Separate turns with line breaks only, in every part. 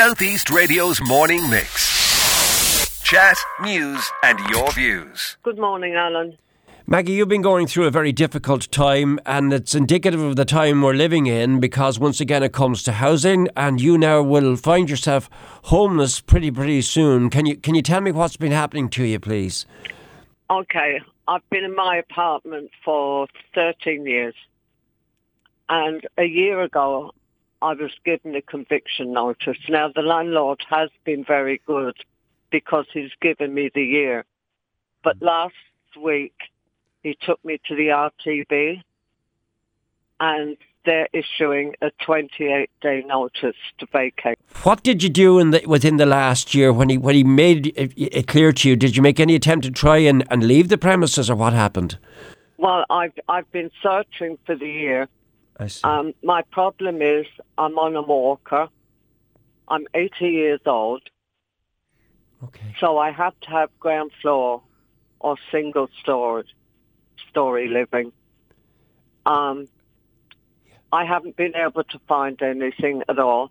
Southeast Radio's morning mix. Chat, news, and your views.
Good morning, Alan.
Maggie, you've been going through a very difficult time, and it's indicative of the time we're living in because, once again, it comes to housing, and you now will find yourself homeless pretty, pretty soon. Can you can you tell me what's been happening to you, please?
Okay, I've been in my apartment for 13 years, and a year ago I was given a conviction notice. Now, the landlord has been very good because he's given me the year. But last week, he took me to the RTB and they're issuing a 28-day notice to vacate.
What did you do in the, within the last year when he when he made it, it clear to you? Did you make any attempt to try and, and leave the premises, or what happened?
Well, I've, I've been searching for the year. Um, my problem is I'm on a walker. I'm 80 years old.
Okay.
So I have to have ground floor or single story, story living. Um, I haven't been able to find anything at all.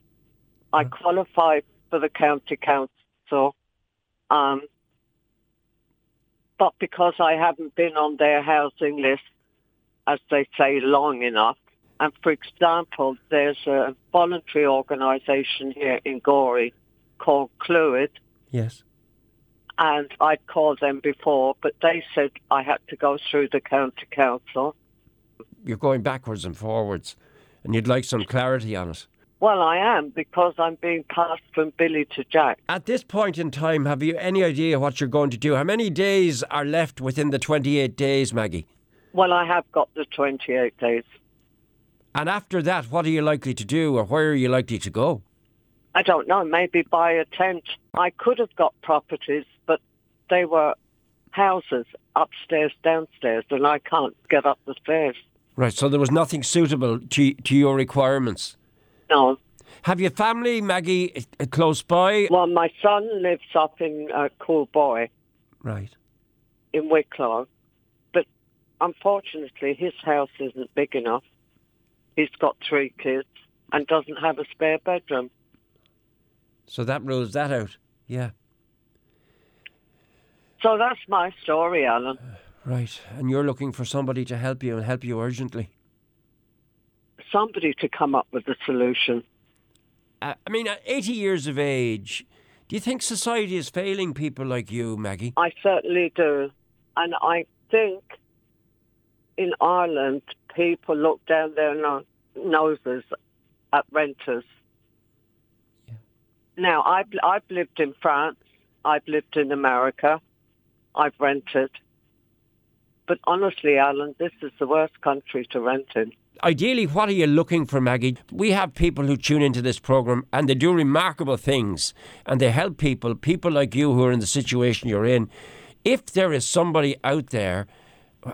I qualified for the county council, um, but because I haven't been on their housing list, as they say, long enough, and for example, there's a voluntary organisation here in Gorey called Cluid.
Yes.
And I'd called them before, but they said I had to go through the county council.
You're going backwards and forwards, and you'd like some clarity on it.
Well, I am because I'm being passed from Billy to Jack.
At this point in time, have you any idea what you're going to do? How many days are left within the 28 days, Maggie?
Well, I have got the 28 days.
And after that, what are you likely to do or where are you likely to go?
I don't know, maybe buy a tent. I could have got properties, but they were houses upstairs, downstairs, and I can't get up the stairs.
Right, so there was nothing suitable to, to your requirements?
No.
Have your family, Maggie, close by?
Well, my son lives up in uh, Coolboy.
Right.
In Wicklow. But unfortunately, his house isn't big enough he's got three kids and doesn't have a spare bedroom.
So that rules that out. Yeah.
So that's my story, Alan. Uh,
right. And you're looking for somebody to help you and help you urgently.
Somebody to come up with a solution.
Uh, I mean, at 80 years of age, do you think society is failing people like you, Maggie?
I certainly do. And I think in Ireland, people look down their no- noses at renters. Yeah. Now, I've, I've lived in France. I've lived in America. I've rented. But honestly, Alan, this is the worst country to rent in.
Ideally, what are you looking for, Maggie? We have people who tune into this program and they do remarkable things and they help people, people like you who are in the situation you're in. If there is somebody out there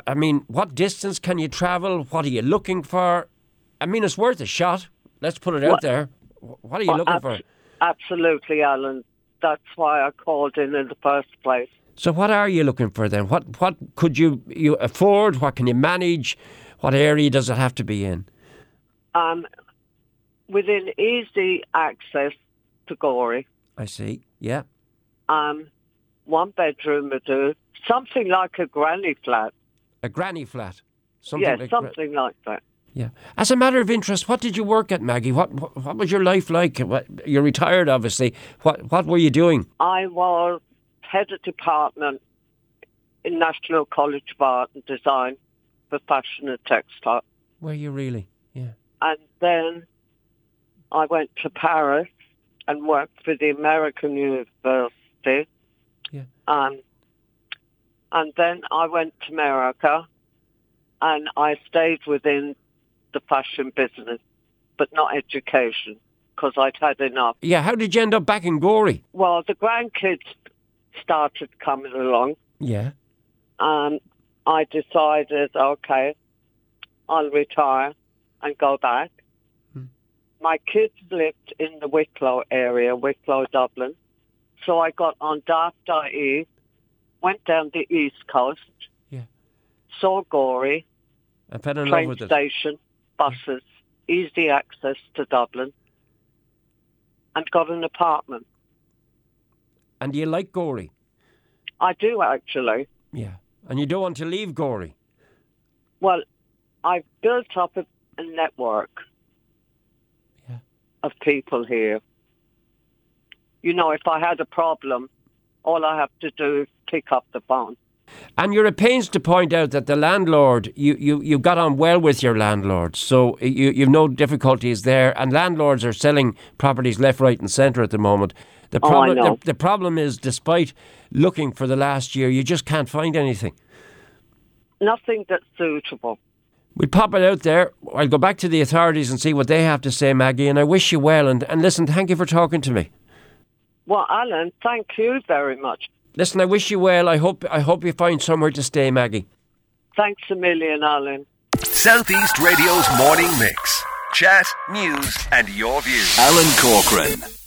I mean, what distance can you travel? What are you looking for? I mean, it's worth a shot. Let's put it well, out there. What are you well, looking ab- for?
Oh, Absolutely, Alan. That's why I called in in the first place.
So, what are you looking for then? What what could you you afford? What can you manage? What area does it have to be in?
Um, within easy access to Gorey.
I see. Yeah.
Um, one bedroom would do. Something like a granny flat
a granny flat.
Something yeah, like something gra- like that.
Yeah. As a matter of interest, what did you work at, Maggie? What what, what was your life like? What, you're retired, obviously. What what were you doing?
I was head of department in National College of Art and Design for fashion and textile.
Were you really? Yeah.
And then I went to Paris and worked for the American University.
Yeah.
Um, and then I went to America and I stayed within the fashion business, but not education because I'd had enough.
Yeah, how did you end up back in Gorey?
Well, the grandkids started coming along.
Yeah.
Um, I decided, okay, I'll retire and go back. Hmm. My kids lived in the Wicklow area, Wicklow, Dublin. So I got on daft.ie went down the east coast.
Yeah.
Saw Gorey.
I fell in
train
love with
station,
it.
buses, easy access to Dublin. and got an apartment.
And do you like Gory?
I do actually.
Yeah. And you don't want to leave Gory?
Well, I've built up a, a network
Yeah.
of people here. You know, if I had a problem, all I have to do is pick up the phone.
And you're at pains to point out that the landlord, you, you, you got on well with your landlord, so you, you've no difficulties there. And landlords are selling properties left, right, and centre at the moment. The
Oh, I
problem,
know.
The, the problem is, despite looking for the last year, you just can't find anything.
Nothing that's suitable.
We'll pop it out there. I'll go back to the authorities and see what they have to say, Maggie. And I wish you well. And, and listen, thank you for talking to me.
Well, Alan, thank you very much.
Listen, I wish you well. I hope I hope you find somewhere to stay, Maggie.
Thanks a million, Alan.
Southeast Radio's morning mix. Chat, news, and your views.
Alan Corcoran